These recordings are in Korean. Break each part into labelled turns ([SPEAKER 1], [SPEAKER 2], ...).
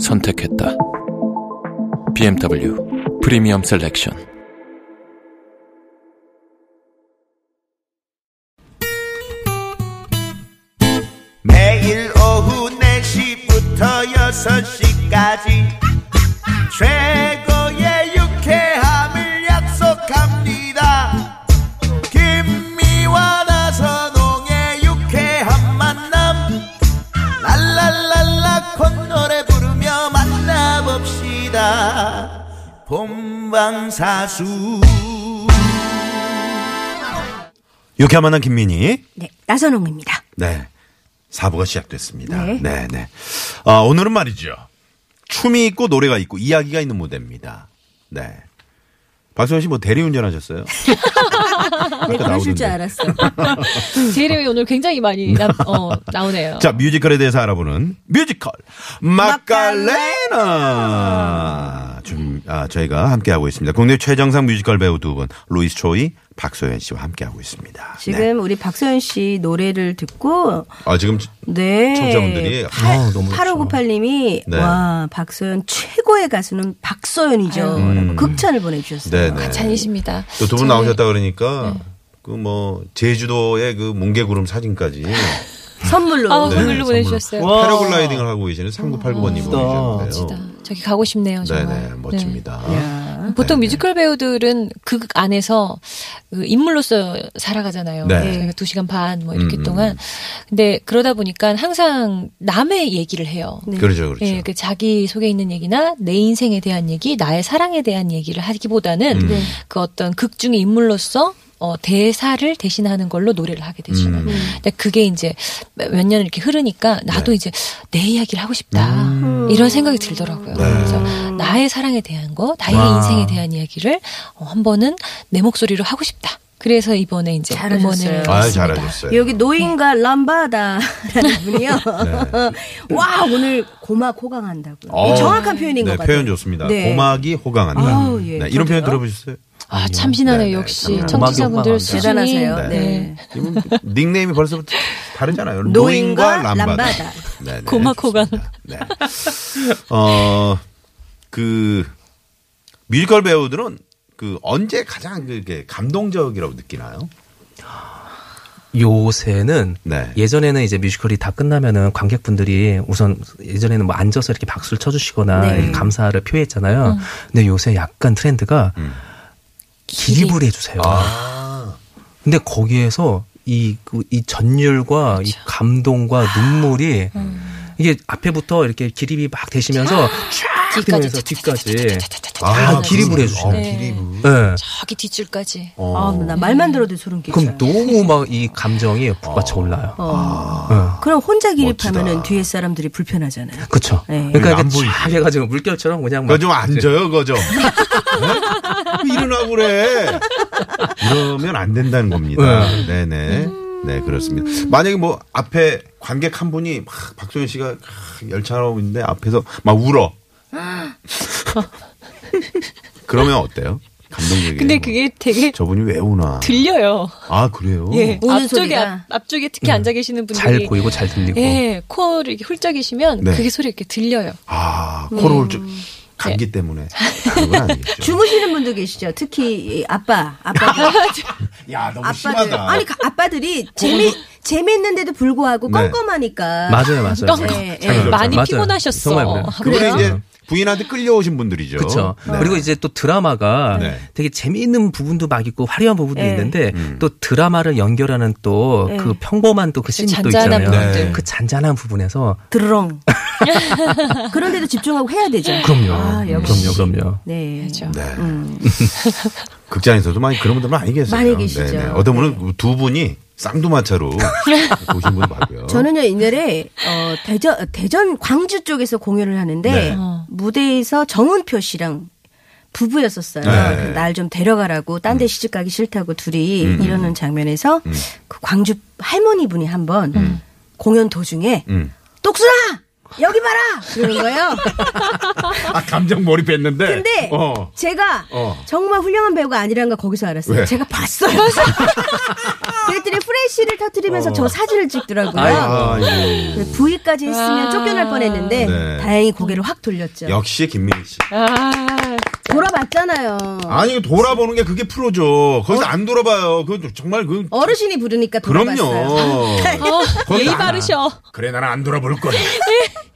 [SPEAKER 1] 선택했다. BMW 프리미엄 셀렉션.
[SPEAKER 2] 매일 오후 4시부터 6시까지 최고의 유쾌함을 약속합니다 김미와 나선홍의 유쾌한 만남 랄랄랄라 콧노래 부르며 만나봅시다 본방사수
[SPEAKER 3] 유쾌한 만남 김민희.
[SPEAKER 4] 네, 나선홍입니다.
[SPEAKER 3] 네. 사부가 시작됐습니다.
[SPEAKER 4] 네.
[SPEAKER 3] 네, 네. 아, 오늘은 말이죠. 춤이 있고 노래가 있고 이야기가 있는 무대입니다. 네. 박수현 씨뭐 대리운전 하셨어요?
[SPEAKER 4] 네, 그러실 줄 알았어.
[SPEAKER 5] 재료이 오늘 굉장히 많이 나, 어, 나오네요.
[SPEAKER 3] 음. 자, 뮤지컬에 대해서 알아보는 뮤지컬 마칼레나. 좀 아, 저희가 함께 하고 있습니다. 국내 최정상 뮤지컬 배우 두 분, 루이스 초이, 박소연 씨와 함께 하고 있습니다.
[SPEAKER 4] 지금
[SPEAKER 3] 네.
[SPEAKER 4] 우리 박소연 씨 노래를 듣고
[SPEAKER 3] 아, 지금
[SPEAKER 4] 네.
[SPEAKER 3] 청자분들이 아, 너무
[SPEAKER 4] 8598님이
[SPEAKER 3] 네.
[SPEAKER 4] 와 박소연 최고의 가수는 박소연이죠.
[SPEAKER 5] 음.
[SPEAKER 4] 라고 극찬을 보내주셨어요.
[SPEAKER 3] 음.
[SPEAKER 4] 네.
[SPEAKER 3] 네, 네.
[SPEAKER 5] 잔이십니다.
[SPEAKER 3] 또 두 분 나오셨다 그러니까 그 뭐 제주도의 그 뭉게구름 사진까지
[SPEAKER 4] 선물로
[SPEAKER 5] 아우,
[SPEAKER 3] 네,
[SPEAKER 5] 선물로
[SPEAKER 3] 선물로.
[SPEAKER 5] 보내주셨어요.
[SPEAKER 6] 와.
[SPEAKER 3] 패러글라이딩을 하고 계시는 3989번님
[SPEAKER 5] 음. 멋지다.
[SPEAKER 3] 보이셨는데요.
[SPEAKER 5] 저기 가고 싶네요, 정말.
[SPEAKER 3] 네네 멋집니다.
[SPEAKER 5] 네. 보통 뮤지컬 배우들은 그 안에서 그 인물로서 살아가잖아요.
[SPEAKER 3] 네.
[SPEAKER 5] 저희가 두 시간 반 뭐 이렇게
[SPEAKER 3] 음, 음,
[SPEAKER 5] 동안. 근데 그러다 보니까 항상 남의 얘기를 해요.
[SPEAKER 3] 그렇죠 그렇죠.
[SPEAKER 5] 예, 그 자기 속에 있는 얘기나 내 인생에 대한 얘기, 나의 사랑에 대한 얘기를 하기보다는
[SPEAKER 3] 음.
[SPEAKER 5] 그 어떤 극 중의 인물로서 어, 대사를 대신하는 걸로 노래를 하게 되잖아요.
[SPEAKER 3] 음.
[SPEAKER 5] 근데 그게 이제 몇 년 이렇게 흐르니까
[SPEAKER 3] 네.
[SPEAKER 5] 나도
[SPEAKER 3] 음.
[SPEAKER 5] 이제 내 이야기를 하고 싶다. 이런 생각이
[SPEAKER 3] 네.
[SPEAKER 5] 들더라고요. 그래서 나의 사랑에 대한 거, 나의 인생에 대한 이야기를 어, 한 번은 내 목소리로 하고 싶다. 그래서 이번에 이제
[SPEAKER 4] 잘하셨어요.
[SPEAKER 5] 음원을
[SPEAKER 3] 아
[SPEAKER 5] 냈습니다.
[SPEAKER 3] 잘하셨어요.
[SPEAKER 4] 여기 노인과
[SPEAKER 3] 네.
[SPEAKER 4] 람바다라는 분이요. 와 오늘 고막 호강한다고요.
[SPEAKER 3] 어.
[SPEAKER 4] 이게 정확한 표현인
[SPEAKER 3] 네,
[SPEAKER 4] 것 같아요.
[SPEAKER 3] 표현 좋습니다.
[SPEAKER 4] 네.
[SPEAKER 3] 고막이 호강한다.
[SPEAKER 4] 아우, 예,
[SPEAKER 3] 네, 이런
[SPEAKER 4] 저도요.
[SPEAKER 3] 표현 들어보셨어요?
[SPEAKER 5] 아, 참신하네
[SPEAKER 3] 네, 네,
[SPEAKER 5] 요 역시
[SPEAKER 3] 참신하네요.
[SPEAKER 5] 청취자분들
[SPEAKER 6] 음악이
[SPEAKER 5] 수준이
[SPEAKER 4] 대단하세요. 네.
[SPEAKER 5] 네.
[SPEAKER 3] 이분 닉네임이 벌써부터 다르잖아요.
[SPEAKER 4] 노인과
[SPEAKER 3] 노인과 람바다.
[SPEAKER 4] 람바다.
[SPEAKER 3] 네네,
[SPEAKER 5] 고막 호강.
[SPEAKER 3] 좋습니다. 네. 어, 그 뮤지컬 배우들은 그 언제 가장 그게 감동적이라고 느끼나요?
[SPEAKER 6] 요새는
[SPEAKER 3] 네.
[SPEAKER 6] 예전에는 이제 뮤지컬이 다 끝나면은 관객분들이 우선 예전에는 뭐 앉아서 이렇게 박수를 쳐주시거나 이렇게 감사를 표했잖아요. 근데 요새 약간 트렌드가 기립을 해주세요.
[SPEAKER 3] 음. 아,
[SPEAKER 6] 근데 거기에서 이, 그, 이 전율과 이 감동과 눈물이 이게 앞에부터 이렇게 기립이 막 되시면서
[SPEAKER 4] 아,
[SPEAKER 6] 쫙 되면서
[SPEAKER 5] 네.
[SPEAKER 6] 뒤까지. 아, 기립을 해주시네.
[SPEAKER 3] 어, 기립을.
[SPEAKER 6] 네.
[SPEAKER 5] 저기 뒷줄까지.
[SPEAKER 3] 어.
[SPEAKER 4] 아, 나 말만 들어도 소름 끼쳐요.
[SPEAKER 6] 그럼 너무 막 이 감정이 북받쳐 올라요. 어.
[SPEAKER 4] 그럼 혼자
[SPEAKER 3] 멋지다.
[SPEAKER 4] 기립하면은 뒤에 사람들이 불편하잖아요.
[SPEAKER 6] 그쵸.
[SPEAKER 4] 네.
[SPEAKER 6] 그러니까
[SPEAKER 3] 안
[SPEAKER 6] 이게
[SPEAKER 3] 보이지.
[SPEAKER 6] 쫙 해가지고 물결처럼 그냥 막
[SPEAKER 3] 그거 좀 앉아요, 그거 좀. 네? 일어나고 그래. 이러면 안 된다는 겁니다. 네네. 네, 그렇습니다. 만약에 뭐 앞에 관객 한 분이 막 박소연 씨가 열차하고 있는데 앞에서 막 울어. 그러면 어때요? 감동적이에요.
[SPEAKER 6] 네.
[SPEAKER 5] 근데 그게 되게
[SPEAKER 3] 저분이 왜 우나.
[SPEAKER 5] 들려요.
[SPEAKER 3] 아, 그래요?
[SPEAKER 5] 예.
[SPEAKER 4] 우는
[SPEAKER 5] 앞쪽에
[SPEAKER 4] 소리가.
[SPEAKER 5] 앞, 앞쪽에 특히 앉아 계시는 분들이
[SPEAKER 6] 음. 잘 보이고 잘 들리고.
[SPEAKER 5] 예, 코를 이렇게 훌쩍이시면
[SPEAKER 3] 네.
[SPEAKER 5] 그게 소리 이렇게 들려요.
[SPEAKER 3] 아, 코로 올 줄. 감기 때문에. 그건 아니겠죠.
[SPEAKER 4] 음. 예. 주무시는 분도 계시죠. 특히 이 아빠, 아빠들,
[SPEAKER 3] 야, 너무
[SPEAKER 4] 아빠들.
[SPEAKER 3] 심하다.
[SPEAKER 4] 아니 가- 아빠들이 재미 재미있는데도 불구하고
[SPEAKER 3] 네.
[SPEAKER 4] 껌껌하니까.
[SPEAKER 6] 맞아요, 맞아요.
[SPEAKER 5] 껌-
[SPEAKER 4] 예, 예.
[SPEAKER 6] 맞아요.
[SPEAKER 5] 많이
[SPEAKER 6] 네. 맞아요.
[SPEAKER 5] 피곤하셨어.
[SPEAKER 6] 정말 그래요.
[SPEAKER 3] 그분이
[SPEAKER 4] 그래요?
[SPEAKER 3] 이제 부인한테 끌려오신 분들이죠.
[SPEAKER 6] 그렇죠.
[SPEAKER 3] 네.
[SPEAKER 6] 그리고 이제 또 드라마가
[SPEAKER 3] 네.
[SPEAKER 6] 되게 재미있는 부분도 막 있고 화려한 부분도
[SPEAKER 4] 네.
[SPEAKER 6] 있는데
[SPEAKER 3] 음.
[SPEAKER 6] 또 드라마를 연결하는 또 그 평범한 또 그 씬이 또
[SPEAKER 5] 잔잔한
[SPEAKER 6] 있잖아요.
[SPEAKER 5] 부분들.
[SPEAKER 3] 네.
[SPEAKER 6] 그 잔잔한 부분에서
[SPEAKER 4] 드르렁. 그런데도 집중하고 해야 되죠.
[SPEAKER 6] 그럼요.
[SPEAKER 4] 아, 역시.
[SPEAKER 6] 그럼요, 그럼요.
[SPEAKER 4] 네.
[SPEAKER 5] 그렇죠.
[SPEAKER 3] 네. 극장에서도 많이 그런 분들은 아니겠어요.
[SPEAKER 4] 많이 계시죠.
[SPEAKER 3] 어떤 분은 두 분이 쌍두마차로 보신 분 봤고요.
[SPEAKER 4] 저는요 옛날에 어, 대전 대전 광주 쪽에서 공연을 하는데
[SPEAKER 3] 네.
[SPEAKER 5] 어.
[SPEAKER 4] 무대에서 정은표 씨랑 부부였었어요.
[SPEAKER 3] 네.
[SPEAKER 4] 날 좀 데려가라고 딴 데 시집 가기 싫다고 둘이
[SPEAKER 3] 음.
[SPEAKER 4] 이러는 장면에서 그 광주 할머니 분이 한번 공연 도중에
[SPEAKER 3] 음.
[SPEAKER 4] 똑순아 여기 봐라 그러는 거예요.
[SPEAKER 3] 아 감정 몰입했는데.
[SPEAKER 4] 근데
[SPEAKER 3] 어.
[SPEAKER 4] 제가
[SPEAKER 3] 어.
[SPEAKER 4] 정말 훌륭한 배우가 아니라는 걸 거기서 알았어요.
[SPEAKER 3] 왜?
[SPEAKER 4] 제가 봤어요. 그랬더니 프레쉬를
[SPEAKER 3] 어.
[SPEAKER 4] 터뜨리면서 저 사진을
[SPEAKER 3] 아,
[SPEAKER 4] 찍더라고요.
[SPEAKER 3] 아이고.
[SPEAKER 4] 부위까지 했으면 쫓겨날 뻔했는데
[SPEAKER 3] 네.
[SPEAKER 4] 다행히 고개를 확 돌렸죠. 어.
[SPEAKER 3] 역시 김민희 씨.
[SPEAKER 5] 아,
[SPEAKER 4] 돌아봤잖아요.
[SPEAKER 3] 아니 이거 돌아보는 게 그게 프로죠. 거기서 안 돌아봐요. 그 정말 그
[SPEAKER 4] 어? 어르신이 부르니까 돌아봤어요.
[SPEAKER 3] 그럼요. 거기
[SPEAKER 5] 예의
[SPEAKER 6] 아.
[SPEAKER 3] 나나.
[SPEAKER 5] 바르셔.
[SPEAKER 3] 그래 나는 안 돌아볼 거야.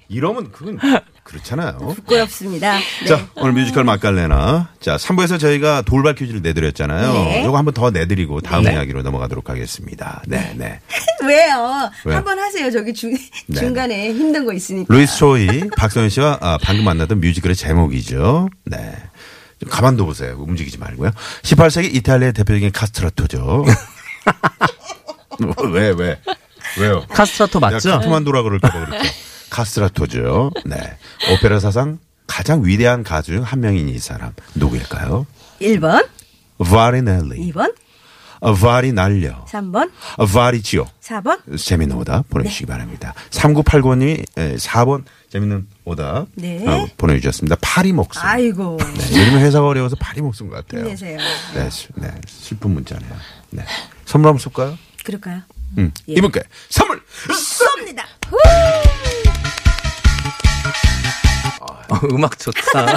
[SPEAKER 3] 이러면 그건 그렇잖아요.
[SPEAKER 4] 부끄럽습니다. 네.
[SPEAKER 3] 자, 오늘 뮤지컬 맛갈래나. 자, 3부에서 저희가 돌발 퀴즈를 내드렸잖아요.
[SPEAKER 4] 네.
[SPEAKER 3] 요거 한번 더 내드리고 다음 이야기로 넘어가도록 하겠습니다. 네, 네.
[SPEAKER 4] 왜요?
[SPEAKER 3] 왜?
[SPEAKER 4] 한번 하세요. 저기 중,
[SPEAKER 3] 네.
[SPEAKER 4] 중간에 힘든 거 있으니까.
[SPEAKER 3] 루이스 초이, 박선현 씨와 아, 방금 만났던 뮤지컬의 제목이죠. 네. 좀 가만둬 보세요. 움직이지 말고요. 18세기 이탈리아의 대표적인 카스트라토죠. 왜, 왜? 왜요?
[SPEAKER 6] 카스트라토
[SPEAKER 3] 야,
[SPEAKER 6] 맞죠?
[SPEAKER 3] 카트만두라 그럴까 봐 그렇죠. 카스트라토죠. 네. 오페라 사상 가장 위대한 가수 중 한 명인 이 사람 누구일까요?
[SPEAKER 4] 1번,
[SPEAKER 3] 바리넬리.
[SPEAKER 4] 2번,
[SPEAKER 3] 발이 날려.
[SPEAKER 4] 3번,
[SPEAKER 3] 어, 바리지오.
[SPEAKER 4] 4번.
[SPEAKER 3] 재밌는
[SPEAKER 4] 네.
[SPEAKER 3] 오답 보내주시기 바랍니다. 3989님이 예, 4번 재밌는 오답
[SPEAKER 4] 네.
[SPEAKER 3] 어, 보내주셨습니다. 파리 목숨.
[SPEAKER 4] 아이고.
[SPEAKER 3] 네, 요즘 회사가 어려워서 파리 목숨 같아요.
[SPEAKER 4] 힘내세요.
[SPEAKER 3] 네, 슬- 네, 슬픈 문자네요. 네. 선물 한번 쏠까요?
[SPEAKER 4] 그럴까요?
[SPEAKER 3] 음.
[SPEAKER 4] 예.
[SPEAKER 3] 이분께 선물
[SPEAKER 4] 쏩니다.
[SPEAKER 6] 어, 음악 좋다.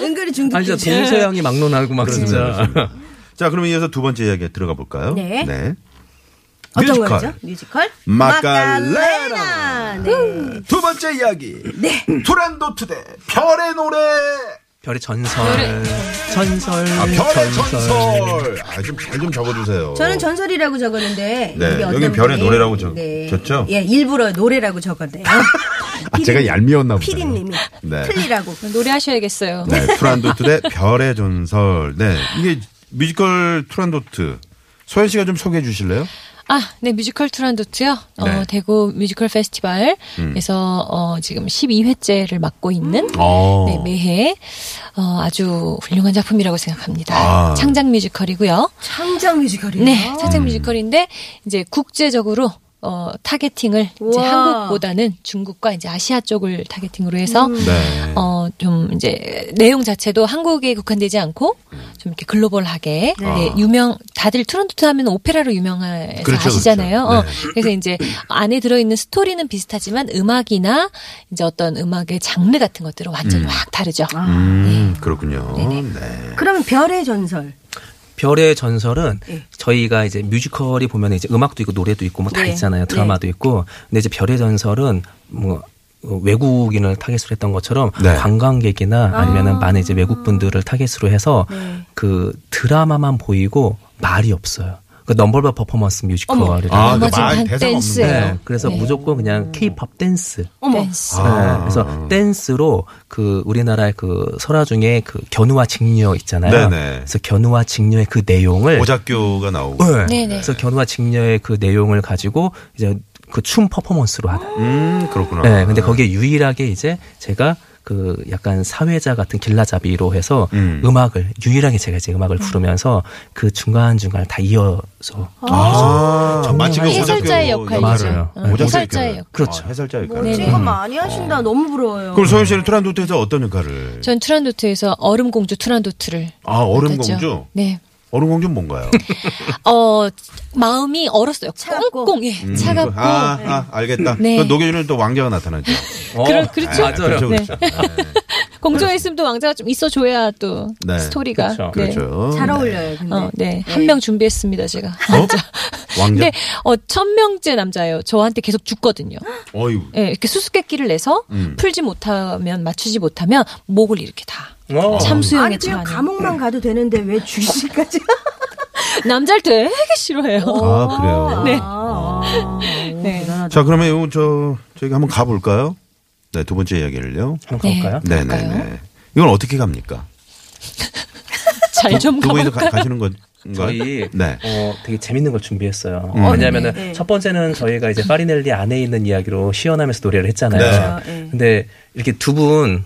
[SPEAKER 4] 은근히
[SPEAKER 6] 아, 진짜
[SPEAKER 4] 중독이죠.
[SPEAKER 6] 동서양이 막론하고 막 진짜.
[SPEAKER 3] 그렇죠, 그렇습니다. 자, 그럼 이어서 두 번째 이야기 들어가 볼까요?
[SPEAKER 4] 네. 어떤 거죠? 뮤지컬?
[SPEAKER 3] 마칼레나.
[SPEAKER 4] 마칼레나. 네.
[SPEAKER 3] 두 번째 이야기. 네. 투란도트 대 별의 노래.
[SPEAKER 6] 별의 전설. 전설.
[SPEAKER 3] 아, 별의 전설. 아, 좀 잘 좀 적어주세요.
[SPEAKER 4] 저는 전설이라고 적었는데
[SPEAKER 3] 네,
[SPEAKER 4] 이게 어떤
[SPEAKER 3] 여긴 별의
[SPEAKER 4] 분이-
[SPEAKER 3] 노래라고 적- 적죠?
[SPEAKER 4] 예, 일부러 노래라고 적었네요.
[SPEAKER 3] 아, 제가 얄미웠나 보다.
[SPEAKER 4] 피디님이
[SPEAKER 3] 네.
[SPEAKER 4] 틀리라고.
[SPEAKER 5] 노래하셔야겠어요.
[SPEAKER 3] 네, 투란도트 대 별의 전설. 네, 이게 뮤지컬 투란도트. 소연 씨가 좀 소개해 주실래요?
[SPEAKER 5] 아, 네, 뮤지컬 투란도트요.
[SPEAKER 3] 네. 음.
[SPEAKER 5] 어, 대구 뮤지컬 페스티벌에서 어, 지금 12회째를 맡고 있는
[SPEAKER 3] 어.
[SPEAKER 5] 네, 매해 어, 아주 훌륭한 작품이라고 생각합니다.
[SPEAKER 3] 아.
[SPEAKER 5] 창작 뮤지컬이고요.
[SPEAKER 4] 창작 뮤지컬이에요.
[SPEAKER 5] 네, 창작 뮤지컬인데 이제 국제적으로 어, 타겟팅을 이제
[SPEAKER 4] 우와.
[SPEAKER 5] 한국보다는 중국과 이제 아시아 쪽을 타겟팅으로 해서
[SPEAKER 4] 음.
[SPEAKER 3] 네.
[SPEAKER 5] 어, 좀 이제 내용 자체도 한국에 국한되지 않고 좀 이렇게 글로벌하게 네, 유명 다들 트론토트 하면 오페라로 유명해서
[SPEAKER 3] 그렇죠,
[SPEAKER 5] 아시잖아요.
[SPEAKER 3] 그렇죠.
[SPEAKER 5] 어, 그래서 이제 안에 들어있는 스토리는 비슷하지만 음악이나 이제 어떤 음악의 장르 같은 것들은 완전히 확 다르죠.
[SPEAKER 4] 아.
[SPEAKER 3] 음, 그렇군요. 네.
[SPEAKER 4] 그럼 별의 전설.
[SPEAKER 6] 별의 전설은
[SPEAKER 4] 예.
[SPEAKER 6] 저희가 이제 뮤지컬이 보면 이제 음악도 있고 노래도 있고 뭐 다
[SPEAKER 4] 네.
[SPEAKER 6] 있잖아요. 드라마도 있고. 근데 이제 별의 전설은 뭐 어, 외국인을 타겟으로 했던 것처럼
[SPEAKER 3] 네.
[SPEAKER 6] 관광객이나 아니면은 많은 이제 외국 분들을 타겟으로 해서
[SPEAKER 4] 네.
[SPEAKER 6] 그 드라마만 보이고 말이 없어요. 그 넘버버 퍼포먼스 뮤지컬이라고.
[SPEAKER 3] 아,
[SPEAKER 5] 넘어진
[SPEAKER 3] 그말
[SPEAKER 5] 한
[SPEAKER 3] 대사가
[SPEAKER 5] 댄스.
[SPEAKER 3] 없는데.
[SPEAKER 6] 네. 그래서
[SPEAKER 5] 네.
[SPEAKER 6] 무조건 그냥 케이팝 댄스.
[SPEAKER 5] 댄스.
[SPEAKER 3] 아.
[SPEAKER 6] 네, 그래서 댄스로 그 우리나라의 그 설화 중에 그 견우와 직녀 있잖아요.
[SPEAKER 3] 네네.
[SPEAKER 6] 그래서 견우와 직녀의 그 내용을
[SPEAKER 3] 오작교가 나오고.
[SPEAKER 6] 네.
[SPEAKER 5] 네네.
[SPEAKER 6] 그래서 견우와 직녀의 그 내용을 가지고 이제 그 춤 퍼포먼스로 하는.
[SPEAKER 3] 음, 그렇구나.
[SPEAKER 6] 네, 근데 거기에 유일하게 이제 제가 그 약간 사회자 같은 길라잡이로 해서
[SPEAKER 3] 음.
[SPEAKER 6] 음. 악을 유일하게 제가 이제 음악을 부르면서 그 중간 중간 다 이어서
[SPEAKER 3] 아,
[SPEAKER 6] 정말
[SPEAKER 3] 마치 그
[SPEAKER 5] 해설자의
[SPEAKER 3] 오작교
[SPEAKER 5] 역할이죠.
[SPEAKER 3] 맞아요.
[SPEAKER 5] 응,
[SPEAKER 3] 오작교
[SPEAKER 5] 해설자의
[SPEAKER 3] 역할.
[SPEAKER 5] 역할.
[SPEAKER 6] 그렇죠.
[SPEAKER 3] 아, 해설자 역할.
[SPEAKER 4] 네.
[SPEAKER 3] 음.
[SPEAKER 4] 이거 많이 하신다. 너무 부러워요.
[SPEAKER 3] 그럼 소연 씨는 투란도트에서 어떤 역할을?
[SPEAKER 5] 네. 전 투란도트에서 얼음공주 투란도트를
[SPEAKER 3] 아, 얼음공주?
[SPEAKER 5] 맡았죠. 네.
[SPEAKER 3] 얼음공주는 뭔가요?
[SPEAKER 5] 어 마음이 얼었어요.
[SPEAKER 4] 차갑고.
[SPEAKER 5] 꽁꽁 예,
[SPEAKER 3] 음,
[SPEAKER 5] 차갑고
[SPEAKER 3] 아, 아, 알겠다.
[SPEAKER 5] 네.
[SPEAKER 3] 그 녹여주는 또 왕자가 나타나죠.
[SPEAKER 6] 어?
[SPEAKER 5] 그렇- 그렇죠. 네.
[SPEAKER 3] 아, 그렇죠. 그렇죠.
[SPEAKER 5] 공주가 있으면 또 왕자가 좀 있어줘야 또
[SPEAKER 3] 네.
[SPEAKER 5] 스토리가
[SPEAKER 6] 그렇죠.
[SPEAKER 5] 네.
[SPEAKER 3] 그렇죠.
[SPEAKER 4] 잘 어울려요. 근데.
[SPEAKER 5] 어, 네. 한 명 준비했습니다, 제가.
[SPEAKER 3] 어? 왕자.
[SPEAKER 5] 근데, 어, 천 명째 남자예요. 저한테 계속 죽거든요.
[SPEAKER 3] 어유.
[SPEAKER 5] 예, 이렇게 수수께끼를 내서
[SPEAKER 3] 음.
[SPEAKER 5] 풀지 못하면, 맞추지 못하면, 목을 이렇게 다.
[SPEAKER 6] 어.
[SPEAKER 5] 참수형에
[SPEAKER 4] 아니 그냥
[SPEAKER 5] 처하는.
[SPEAKER 4] 감옥만 가도 되는데 왜 주식까지?
[SPEAKER 5] 남자를 되게 싫어해요.
[SPEAKER 3] 아, 그래요.
[SPEAKER 5] 네.
[SPEAKER 4] 아,
[SPEAKER 5] 네.
[SPEAKER 3] 자, 그러면 요, 저, 저희가 한번 가볼까요? 네, 두 번째 이야기를요.
[SPEAKER 6] 한번 가볼까요?
[SPEAKER 3] 네네네.
[SPEAKER 5] 갈까요?
[SPEAKER 3] 이건 어떻게 갑니까?
[SPEAKER 5] 잘 좀
[SPEAKER 3] 두 분이서 가,
[SPEAKER 5] 가볼까요?
[SPEAKER 3] 가시는 거,
[SPEAKER 6] 저희
[SPEAKER 3] 네.
[SPEAKER 6] 어, 되게 재밌는 걸 준비했어요.
[SPEAKER 3] 음.
[SPEAKER 6] 왜냐하면은
[SPEAKER 4] 네, 네.
[SPEAKER 6] 첫 번째는 저희가 이제 파리넬리 안에 있는 이야기로 시연하면서 노래를
[SPEAKER 3] 네.
[SPEAKER 6] 했잖아요.
[SPEAKER 4] 그렇죠. 예.
[SPEAKER 6] 근데 이렇게 두 분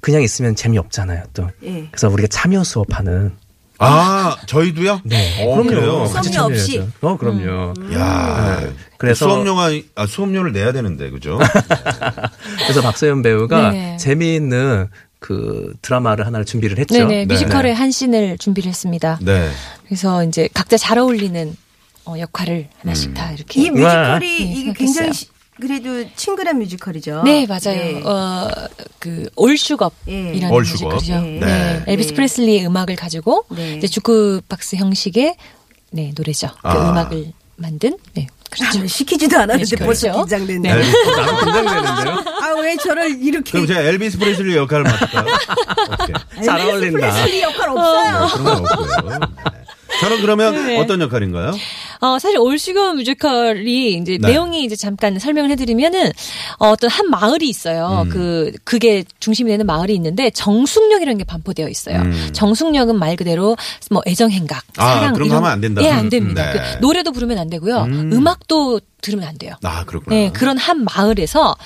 [SPEAKER 6] 그냥 있으면 재미 없잖아요. 또
[SPEAKER 4] 예.
[SPEAKER 6] 그래서 우리가 참여 수업하는
[SPEAKER 3] 아, 저희도요?
[SPEAKER 6] 네,
[SPEAKER 3] 어, 그래요?
[SPEAKER 4] 썸녀 없이?
[SPEAKER 6] 참여해야죠. 어, 그럼요.
[SPEAKER 3] 음. 야,
[SPEAKER 6] 그래서-
[SPEAKER 3] 수업료가 아, 수업료를 내야 되는데 그죠?
[SPEAKER 6] 그래서 박서연 배우가
[SPEAKER 5] 네.
[SPEAKER 6] 재미있는 그 드라마를 하나를 준비를 했죠.
[SPEAKER 5] 네네 뮤지컬의
[SPEAKER 3] 네.
[SPEAKER 5] 한 씬을 준비를 했습니다.
[SPEAKER 3] 네.
[SPEAKER 5] 그래서 이제 각자 잘 어울리는 어, 역할을 하나씩 다 이렇게
[SPEAKER 4] 이 뭐? 뮤지컬이
[SPEAKER 5] 네,
[SPEAKER 4] 이게
[SPEAKER 5] 생각했어요.
[SPEAKER 4] 굉장히 시- 그래도 친근한 뮤지컬이죠.
[SPEAKER 5] 네 맞아요.
[SPEAKER 4] 네.
[SPEAKER 5] 어 그올 슈겁이라는
[SPEAKER 4] 예.
[SPEAKER 3] All Shook Up.
[SPEAKER 5] 뮤지컬이죠.
[SPEAKER 4] 네.
[SPEAKER 5] 네.
[SPEAKER 3] 네.
[SPEAKER 5] 엘비스
[SPEAKER 4] 네.
[SPEAKER 5] 프레슬리의 음악을 가지고
[SPEAKER 4] 네.
[SPEAKER 5] 이제 주크 박스 형식의 네 노래죠. 그
[SPEAKER 3] 아.
[SPEAKER 5] 음악을 만든 네 그렇죠.
[SPEAKER 4] 아, 시키지도 않았는데
[SPEAKER 5] 뮤지컬이죠.
[SPEAKER 4] 벌써 긴장된다.
[SPEAKER 5] 네.
[SPEAKER 6] 나도 긴장되는데요.
[SPEAKER 4] 아 왜 저를 이렇게
[SPEAKER 3] 그럼 제가 엘비스 프레슬리 역할을 맡을까요? 오케이.
[SPEAKER 6] 잘 어울린다.
[SPEAKER 4] 프레슬리 네, 역할 없어요.
[SPEAKER 3] 네, 그런 건 없고요. 네. 저는 그러면 어떤 역할인가요?
[SPEAKER 5] 어, 사실 올슈거 뮤지컬이 이제
[SPEAKER 3] 네.
[SPEAKER 5] 내용이 이제 잠깐 설명을 해드리면은 어, 어떤 한 마을이 있어요.
[SPEAKER 3] 음.
[SPEAKER 5] 그 그게 중심이 되는 마을이 있는데 정숙령이라는 게 반포되어 있어요.
[SPEAKER 3] 음.
[SPEAKER 5] 정숙령은 말 그대로 뭐 애정행각,
[SPEAKER 3] 아,
[SPEAKER 5] 사랑
[SPEAKER 3] 그런 거
[SPEAKER 5] 이런
[SPEAKER 3] 하면 안 된다.
[SPEAKER 5] 예, 안
[SPEAKER 3] 음,
[SPEAKER 5] 됩니다.
[SPEAKER 3] 네.
[SPEAKER 5] 그 노래도 부르면 안 되고요.
[SPEAKER 3] 음.
[SPEAKER 5] 음. 악도 들으면 안 돼요.
[SPEAKER 3] 아, 그렇구나.
[SPEAKER 5] 네, 그런 한 마을에서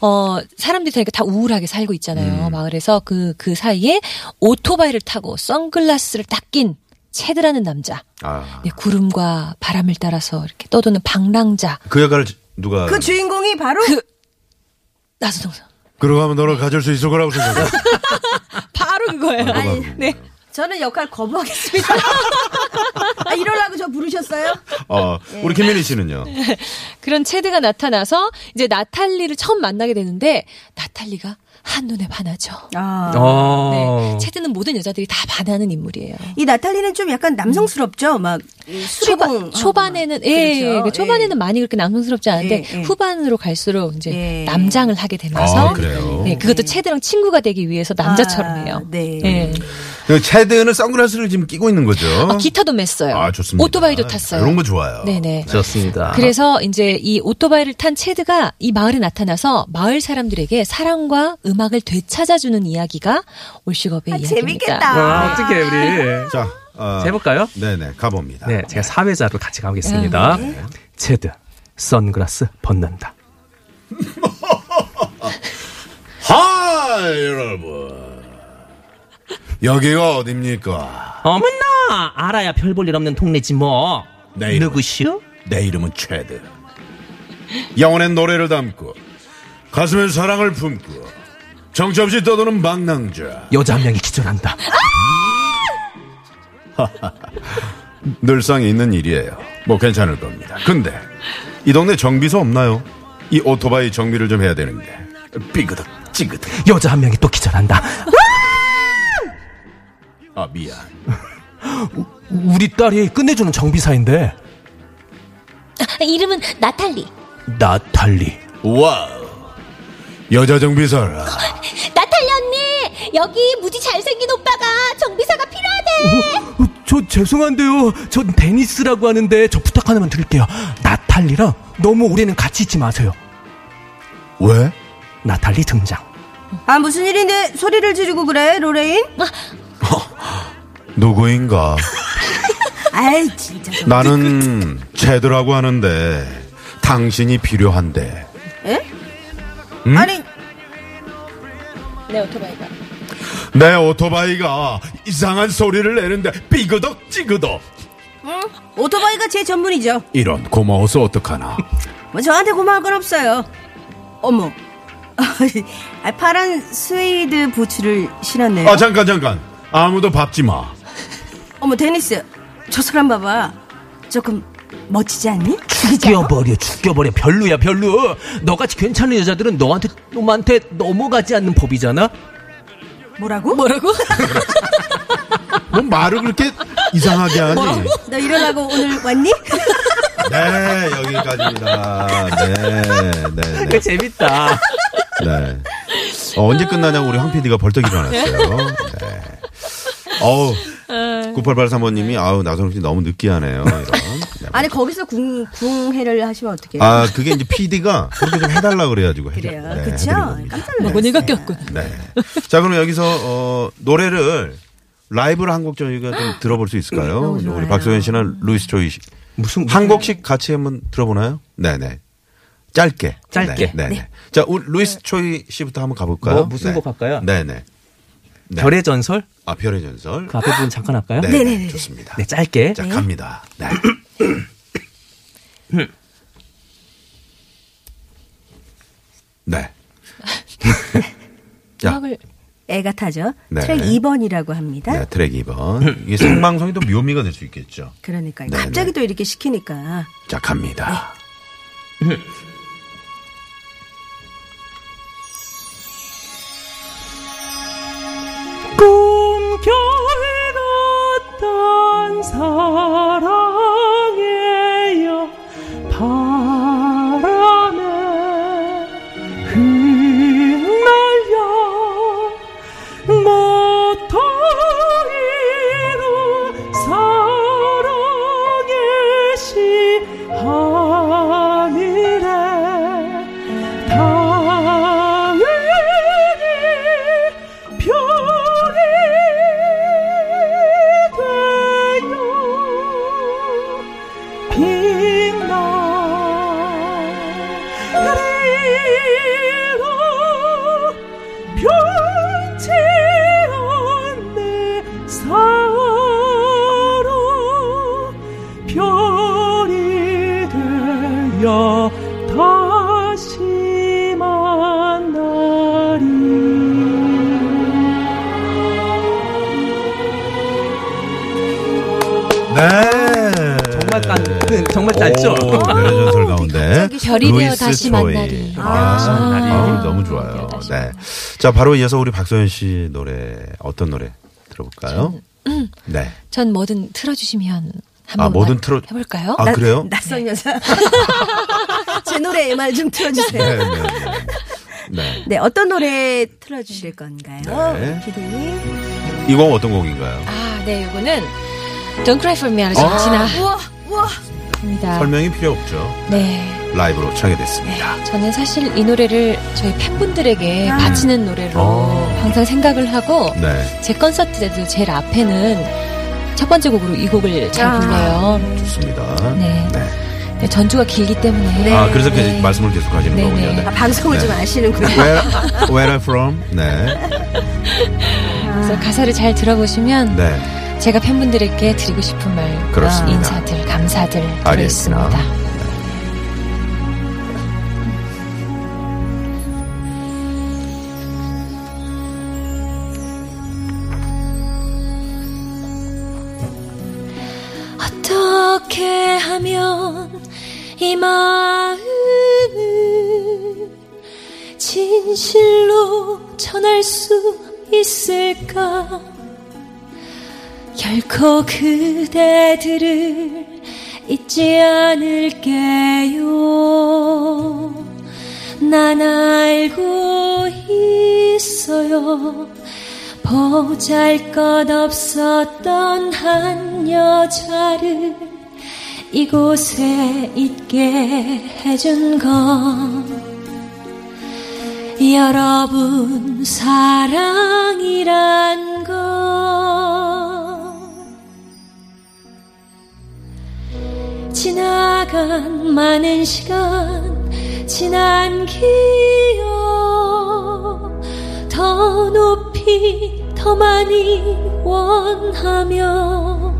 [SPEAKER 5] 어 사람들이 되게 다 우울하게 살고
[SPEAKER 3] 음.
[SPEAKER 5] 있잖아요. 마을에서 그 그 사이에 오토바이를 타고 선글라스를 딱 낀 체드라는 남자.
[SPEAKER 3] 아,
[SPEAKER 5] 네, 구름과 바람을 따라서 이렇게 떠도는 방랑자
[SPEAKER 3] 그 역할을 누가?
[SPEAKER 4] 그 주인공이 바로
[SPEAKER 5] 그 나수동 선
[SPEAKER 3] 그러고 하면 너를 가질 수 있을 거라고 생각해.
[SPEAKER 5] 아, 바로 그거예요. 네.
[SPEAKER 4] 저는 역할 거부하겠습니다. 아, 이러려고 저 부르셨어요?
[SPEAKER 3] 어, 우리
[SPEAKER 5] 예.
[SPEAKER 3] 김민희 씨는요?
[SPEAKER 5] 그런 체드가 나타나서 이제 나탈리를 처음 만나게 되는데 나탈리가 한눈에 반하죠.
[SPEAKER 4] 아.
[SPEAKER 6] 어.
[SPEAKER 5] 네. 체드는 모든 여자들이 다 반하는 인물이에요.
[SPEAKER 4] 이 나탈리는 좀 약간 남성스럽죠? 막 수리공
[SPEAKER 5] 음. 초반, 초반에는 예, 어,
[SPEAKER 4] 그렇죠.
[SPEAKER 5] 그 초반에는 많이 그렇게 남성스럽지 않은데
[SPEAKER 4] 예, 예.
[SPEAKER 5] 후반으로 갈수록 이제
[SPEAKER 4] 예.
[SPEAKER 5] 남장을 하게 되면서
[SPEAKER 3] 아, 그래요?
[SPEAKER 5] 네, 그것도 체드랑 친구가 되기 위해서 남자처럼 해요.
[SPEAKER 4] 예. 네.
[SPEAKER 5] 예.
[SPEAKER 3] 그 체드는 선글라스를 지금 끼고 있는 거죠?
[SPEAKER 5] 아, 기타도 맸어요.
[SPEAKER 3] 아, 좋습니다.
[SPEAKER 5] 오토바이도 탔어요.
[SPEAKER 3] 이런 거 좋아요.
[SPEAKER 5] 네네.
[SPEAKER 3] 아.
[SPEAKER 6] 좋습니다.
[SPEAKER 5] 그래서 이제 이 오토바이를 탄 체드가 이 마을에 나타나서 마을 사람들에게 사랑과 음악을 되찾아주는 이야기가 올시겁의
[SPEAKER 4] 아,
[SPEAKER 5] 이야기입니다.
[SPEAKER 4] 재밌겠다.
[SPEAKER 6] 와, 어떻게 우리
[SPEAKER 3] 자, 어,
[SPEAKER 6] 해볼까요?
[SPEAKER 3] 네네, 가봅니다.
[SPEAKER 6] 네, 제가 사회자로 같이 가보겠습니다. 체드, 선글라스 벗는다.
[SPEAKER 2] 하 여러분 여기가 어딥니까?
[SPEAKER 6] 어머나, 알아야 별 볼 일 없는 동네지 뭐.
[SPEAKER 2] 내 이름은-
[SPEAKER 6] 누구시오?
[SPEAKER 2] 내 이름은 최드 영혼의 노래를 담고 가슴에 사랑을 품고 정처없이 떠도는 방랑자
[SPEAKER 6] 여자 한 명이 기절한다.
[SPEAKER 3] 늘상 있는 일이에요. 뭐 괜찮을 겁니다. 근데 이 동네 정비소 없나요? 이 오토바이 정비를 좀 해야 되는데 삐그덕 찌그덕
[SPEAKER 6] 여자 한 명이 또 기절한다.
[SPEAKER 3] 아 미안
[SPEAKER 6] 우리 딸이 끝내주는 정비사인데.
[SPEAKER 5] 아, 이름은 나탈리.
[SPEAKER 6] 나탈리.
[SPEAKER 2] 와우 여자 정비사라
[SPEAKER 5] 나탈리 언니, 여기 무지 잘생긴 오빠가 정비사가 필요하대.
[SPEAKER 6] 어, 어, 저 죄송한데요. 전 데니스라고 하는데 저 부탁 하나만 드릴게요. 나탈리랑 너무 오래는 같이 있지 마세요.
[SPEAKER 3] 왜?
[SPEAKER 6] 나탈리 등장.
[SPEAKER 4] 아, 무슨 일인데 소리를 지르고 그래, 로레인?
[SPEAKER 3] 누구인가
[SPEAKER 4] 아이, 진짜. 좀.
[SPEAKER 3] 나는 제드라고 하는데 당신이 필요한데
[SPEAKER 4] 예?
[SPEAKER 6] 음?
[SPEAKER 4] 아니,
[SPEAKER 5] 네, 오토바이가.
[SPEAKER 3] 내 오토바이가 이상한 소리를 내는데 삐그덕 찌그덕
[SPEAKER 4] 오토바이가 제 전문이죠.
[SPEAKER 3] 이런 고마워서 어떡하나
[SPEAKER 4] 뭐 저한테 고마울 건 없어요. 어머. 아, 파란 스웨이드 부츠를 신었네요.
[SPEAKER 6] 어.
[SPEAKER 3] 아 잠깐 잠깐 아무도 밟지 마
[SPEAKER 4] 어머, 데니스. 저 사람 봐봐. 조금 멋지지 않니?
[SPEAKER 6] 죽여버려, 죽여버려. 별로야, 별로. 너같이 괜찮은 여자들은 너한테, 놈한테 넘어가지 않는 법이잖아?
[SPEAKER 4] 뭐라고? 뭐라고?
[SPEAKER 3] 뭐 말을 그렇게 이상하게 하니
[SPEAKER 4] 너 이러려고 오늘 왔니?
[SPEAKER 3] 네 여기까지입니다 네네네
[SPEAKER 6] 그 재밌다.
[SPEAKER 3] 네. 어, 언제 끝나냐고 우리 황 PD가 벌떡 일어났어요. 네. 어우. 9883번님이 아우 나선홍 씨 너무 느끼하네요. 이런. 네.
[SPEAKER 4] 아니 거기서 궁, 궁해를 하시면 어떡해요?
[SPEAKER 3] 아 그게 이제 PD가 그렇게 좀 해달라 그래가지고 해드-
[SPEAKER 4] 그래요.
[SPEAKER 3] 네,
[SPEAKER 4] 그쵸?
[SPEAKER 3] 해드린 겁니다.
[SPEAKER 4] 깜짝 놀랐어요.
[SPEAKER 5] 뭐니가 꼈군.
[SPEAKER 3] 네. 자 그럼 여기서 어, 노래를 라이브를 한 곡 저희가 좀 들어볼 수 있을까요? 우리 박소연 씨는 루이스 조이 씨.
[SPEAKER 6] 무슨
[SPEAKER 3] 한 곡씩 같이 한번 들어보나요? 네네. 짧게.
[SPEAKER 6] 짧게.
[SPEAKER 3] 네, 네. 자, 우리 루이스 초이 씨부터 한번 가볼까요?
[SPEAKER 6] 뭐, 무슨 곡 할까요?
[SPEAKER 3] 네네. 네.
[SPEAKER 6] 별의 전설
[SPEAKER 3] 아, 별의 전설.
[SPEAKER 6] 그 앞에 부분 잠깐 할까요?
[SPEAKER 3] 네, 네, 좋습니다.
[SPEAKER 6] 네, 짧게.
[SPEAKER 3] 자, 갑니다. 네. 네. 자,
[SPEAKER 5] 음악을
[SPEAKER 4] 애가 타죠.
[SPEAKER 3] 네.
[SPEAKER 4] 트랙 2번이라고 합니다.
[SPEAKER 3] 네, 트랙 2번. 이게 생방송이 또 묘미가 될 수 있겠죠.
[SPEAKER 4] 그러니까 요
[SPEAKER 3] 네, 네.
[SPEAKER 4] 갑자기 또 이렇게 시키니까
[SPEAKER 3] 자,
[SPEAKER 6] 네.
[SPEAKER 3] 갑니다.
[SPEAKER 7] 꿈결 같던 사랑에요 바람에 흩날려 모터이로 사랑의 시 하늘에 당연히 별이 되어 빛나리로 변치 않네 사랑 별이 되어 다시 만나리
[SPEAKER 3] 네.
[SPEAKER 6] 정말 깐- 정말 짧죠?
[SPEAKER 3] 오, 별의 전설 가운데.
[SPEAKER 5] 별이 되어
[SPEAKER 3] 루이스
[SPEAKER 5] 다시
[SPEAKER 3] 트로이.
[SPEAKER 5] 만나리.
[SPEAKER 3] 아,
[SPEAKER 6] 만나리.
[SPEAKER 3] 아, 너무 좋아요. 네. 자, 바로 이어서 우리 박소연 씨 노래 어떤 노래 들어볼까요?
[SPEAKER 5] 음.
[SPEAKER 3] 네.
[SPEAKER 5] 전 뭐든 틀어주시면 한번
[SPEAKER 3] 아, 뭐든 틀어
[SPEAKER 5] 해볼까요?
[SPEAKER 3] 아, 그래요?
[SPEAKER 4] 낯선 여자. 제 노래 말 좀 틀어주세요.
[SPEAKER 3] 네, 네, 네. 네.
[SPEAKER 4] 네, 어떤 노래 틀어주실 건가요?
[SPEAKER 3] 네.
[SPEAKER 4] 기대님.
[SPEAKER 3] 이 곡 어떤 곡인가요?
[SPEAKER 5] 아, 네, 요거는 Don't Cry For Me 하는 정진아
[SPEAKER 4] 우와, 우와.
[SPEAKER 5] 입니다.
[SPEAKER 3] 설명이 필요 없죠.
[SPEAKER 5] 네.
[SPEAKER 3] 라이브로 청해됐습니다.
[SPEAKER 5] 저는 사실 이 노래를 저희 팬분들에게
[SPEAKER 4] 아.
[SPEAKER 5] 바치는 노래로
[SPEAKER 3] 어.
[SPEAKER 5] 항상 생각을 하고
[SPEAKER 3] 네.
[SPEAKER 5] 제 콘서트 때도 제일 앞에는 첫 번째 곡으로 이 곡을 잘
[SPEAKER 4] 아.
[SPEAKER 5] 불러요.
[SPEAKER 3] 좋습니다.
[SPEAKER 5] 네. 네, 전주가 길기 때문에.
[SPEAKER 3] 아, 그래서 그
[SPEAKER 5] 네.
[SPEAKER 3] 말씀을 계속 하시는
[SPEAKER 5] 네,
[SPEAKER 3] 거군요.
[SPEAKER 5] 네.
[SPEAKER 3] 네.
[SPEAKER 4] 아, 방송을
[SPEAKER 3] 네.
[SPEAKER 4] 좀 아시는군요.
[SPEAKER 3] Where, where I'm from? 네.
[SPEAKER 5] 그래서 가사를 잘 들어보시면
[SPEAKER 3] 네.
[SPEAKER 5] 제가 팬분들에게 드리고 싶은 말,
[SPEAKER 3] 그렇습니다.
[SPEAKER 5] 인사들, 감사들 들어
[SPEAKER 3] 알겠습니다.
[SPEAKER 5] 있습니다. 어떻게 하면 이 마음을 진실로 전할 수 있을까? 결코 그대들을 잊지 않을게요. 난 알고 있어요. 보잘 것 없었던 한 여자를 이곳에 있게 해준 건 여러분 사랑이란 것 지나간 많은 시간 지난 기억 더 높이 더 많이 원하며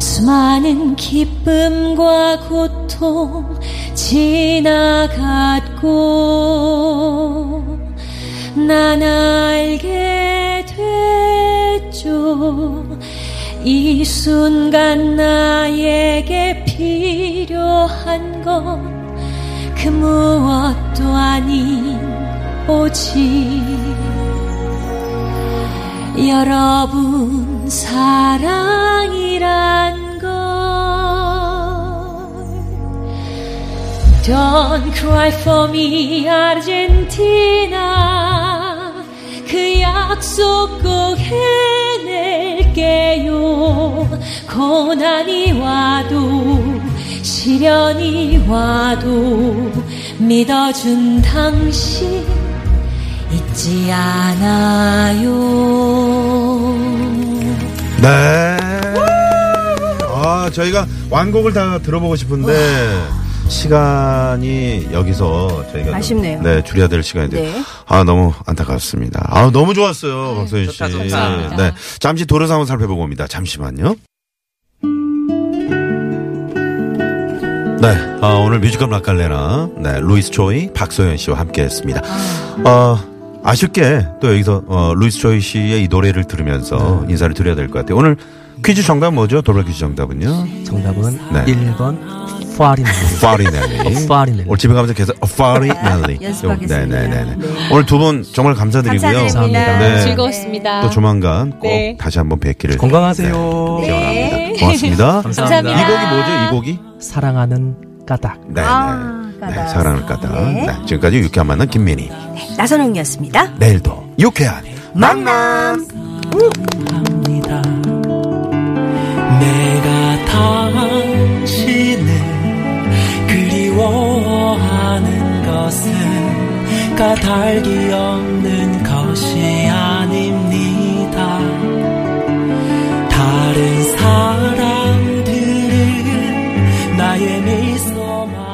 [SPEAKER 5] 수많은 기쁨과 고통 지나갔고 난 알게 됐죠 이 순간 나에게 필요한 건 그 무엇도 아닌 오직 여러분 사랑이란 걸 Don't cry for me Argentina 그 약속 꼭 해낼게요 고난이 와도 시련이 와도 믿어준 당신 잊지 않아요.
[SPEAKER 3] 네. 아, 저희가 완곡을 다 들어보고 싶은데 시간이 여기서 저희가 좀,
[SPEAKER 4] 아쉽네요.
[SPEAKER 3] 네 줄여야 될 시간이 돼요.
[SPEAKER 4] 네.
[SPEAKER 3] 아 너무 안타깝습니다. 아 너무 좋았어요, 박서윤 씨.
[SPEAKER 6] 좋다, 좋다.
[SPEAKER 3] 네 잠시 도로 상황 살펴보고 옵니다. 잠시만요. 네, 아, 오늘 뮤지컬 막갈레나 네, 루이스 초이, 박소연 씨와 함께했습니다. 어, 아쉽게 또 여기서 어, 루이스 초이 씨의 이 노래를 들으면서 인사를 드려야 될 것 같아요. 오늘 퀴즈 정답 뭐죠? 돌발 퀴즈 정답은요?
[SPEAKER 6] 정답은
[SPEAKER 3] 네.
[SPEAKER 6] 1번 파리멜리.
[SPEAKER 3] 파리넬리.
[SPEAKER 6] 어, 파리넬리.
[SPEAKER 3] 오늘 집에 가면서 계속 어, 파리넬리.
[SPEAKER 4] 네, 아, 연습하겠습니다.
[SPEAKER 3] 네네네.
[SPEAKER 4] 네.
[SPEAKER 3] 오늘 두 분 정말 감사드리고요.
[SPEAKER 4] 감사드립니다.
[SPEAKER 3] 네.
[SPEAKER 5] 즐거웠습니다.
[SPEAKER 3] 또 조만간 꼭
[SPEAKER 5] 네.
[SPEAKER 3] 다시 한번 뵙기를
[SPEAKER 6] 건강하세요.
[SPEAKER 3] 네, 기원합니다. 고맙습니다.
[SPEAKER 6] 감사합니다.
[SPEAKER 3] 이 곡이 뭐죠? 이 곡이?
[SPEAKER 6] 사랑하는 까닭.
[SPEAKER 3] 네,
[SPEAKER 4] 아,
[SPEAKER 3] 네. 네,
[SPEAKER 4] 까다로워.
[SPEAKER 3] 사랑을 까다.
[SPEAKER 4] 네.
[SPEAKER 3] 네, 지금까지 유쾌한 만남 김민희.
[SPEAKER 4] 나선홍이었습니다.
[SPEAKER 3] 내일도 유쾌한
[SPEAKER 4] 만남!
[SPEAKER 7] 합니다. 내가 당신을 그리워하는 것은 까닭이 없는 것이 아닙니다. 다른 사람들은 나의 미소만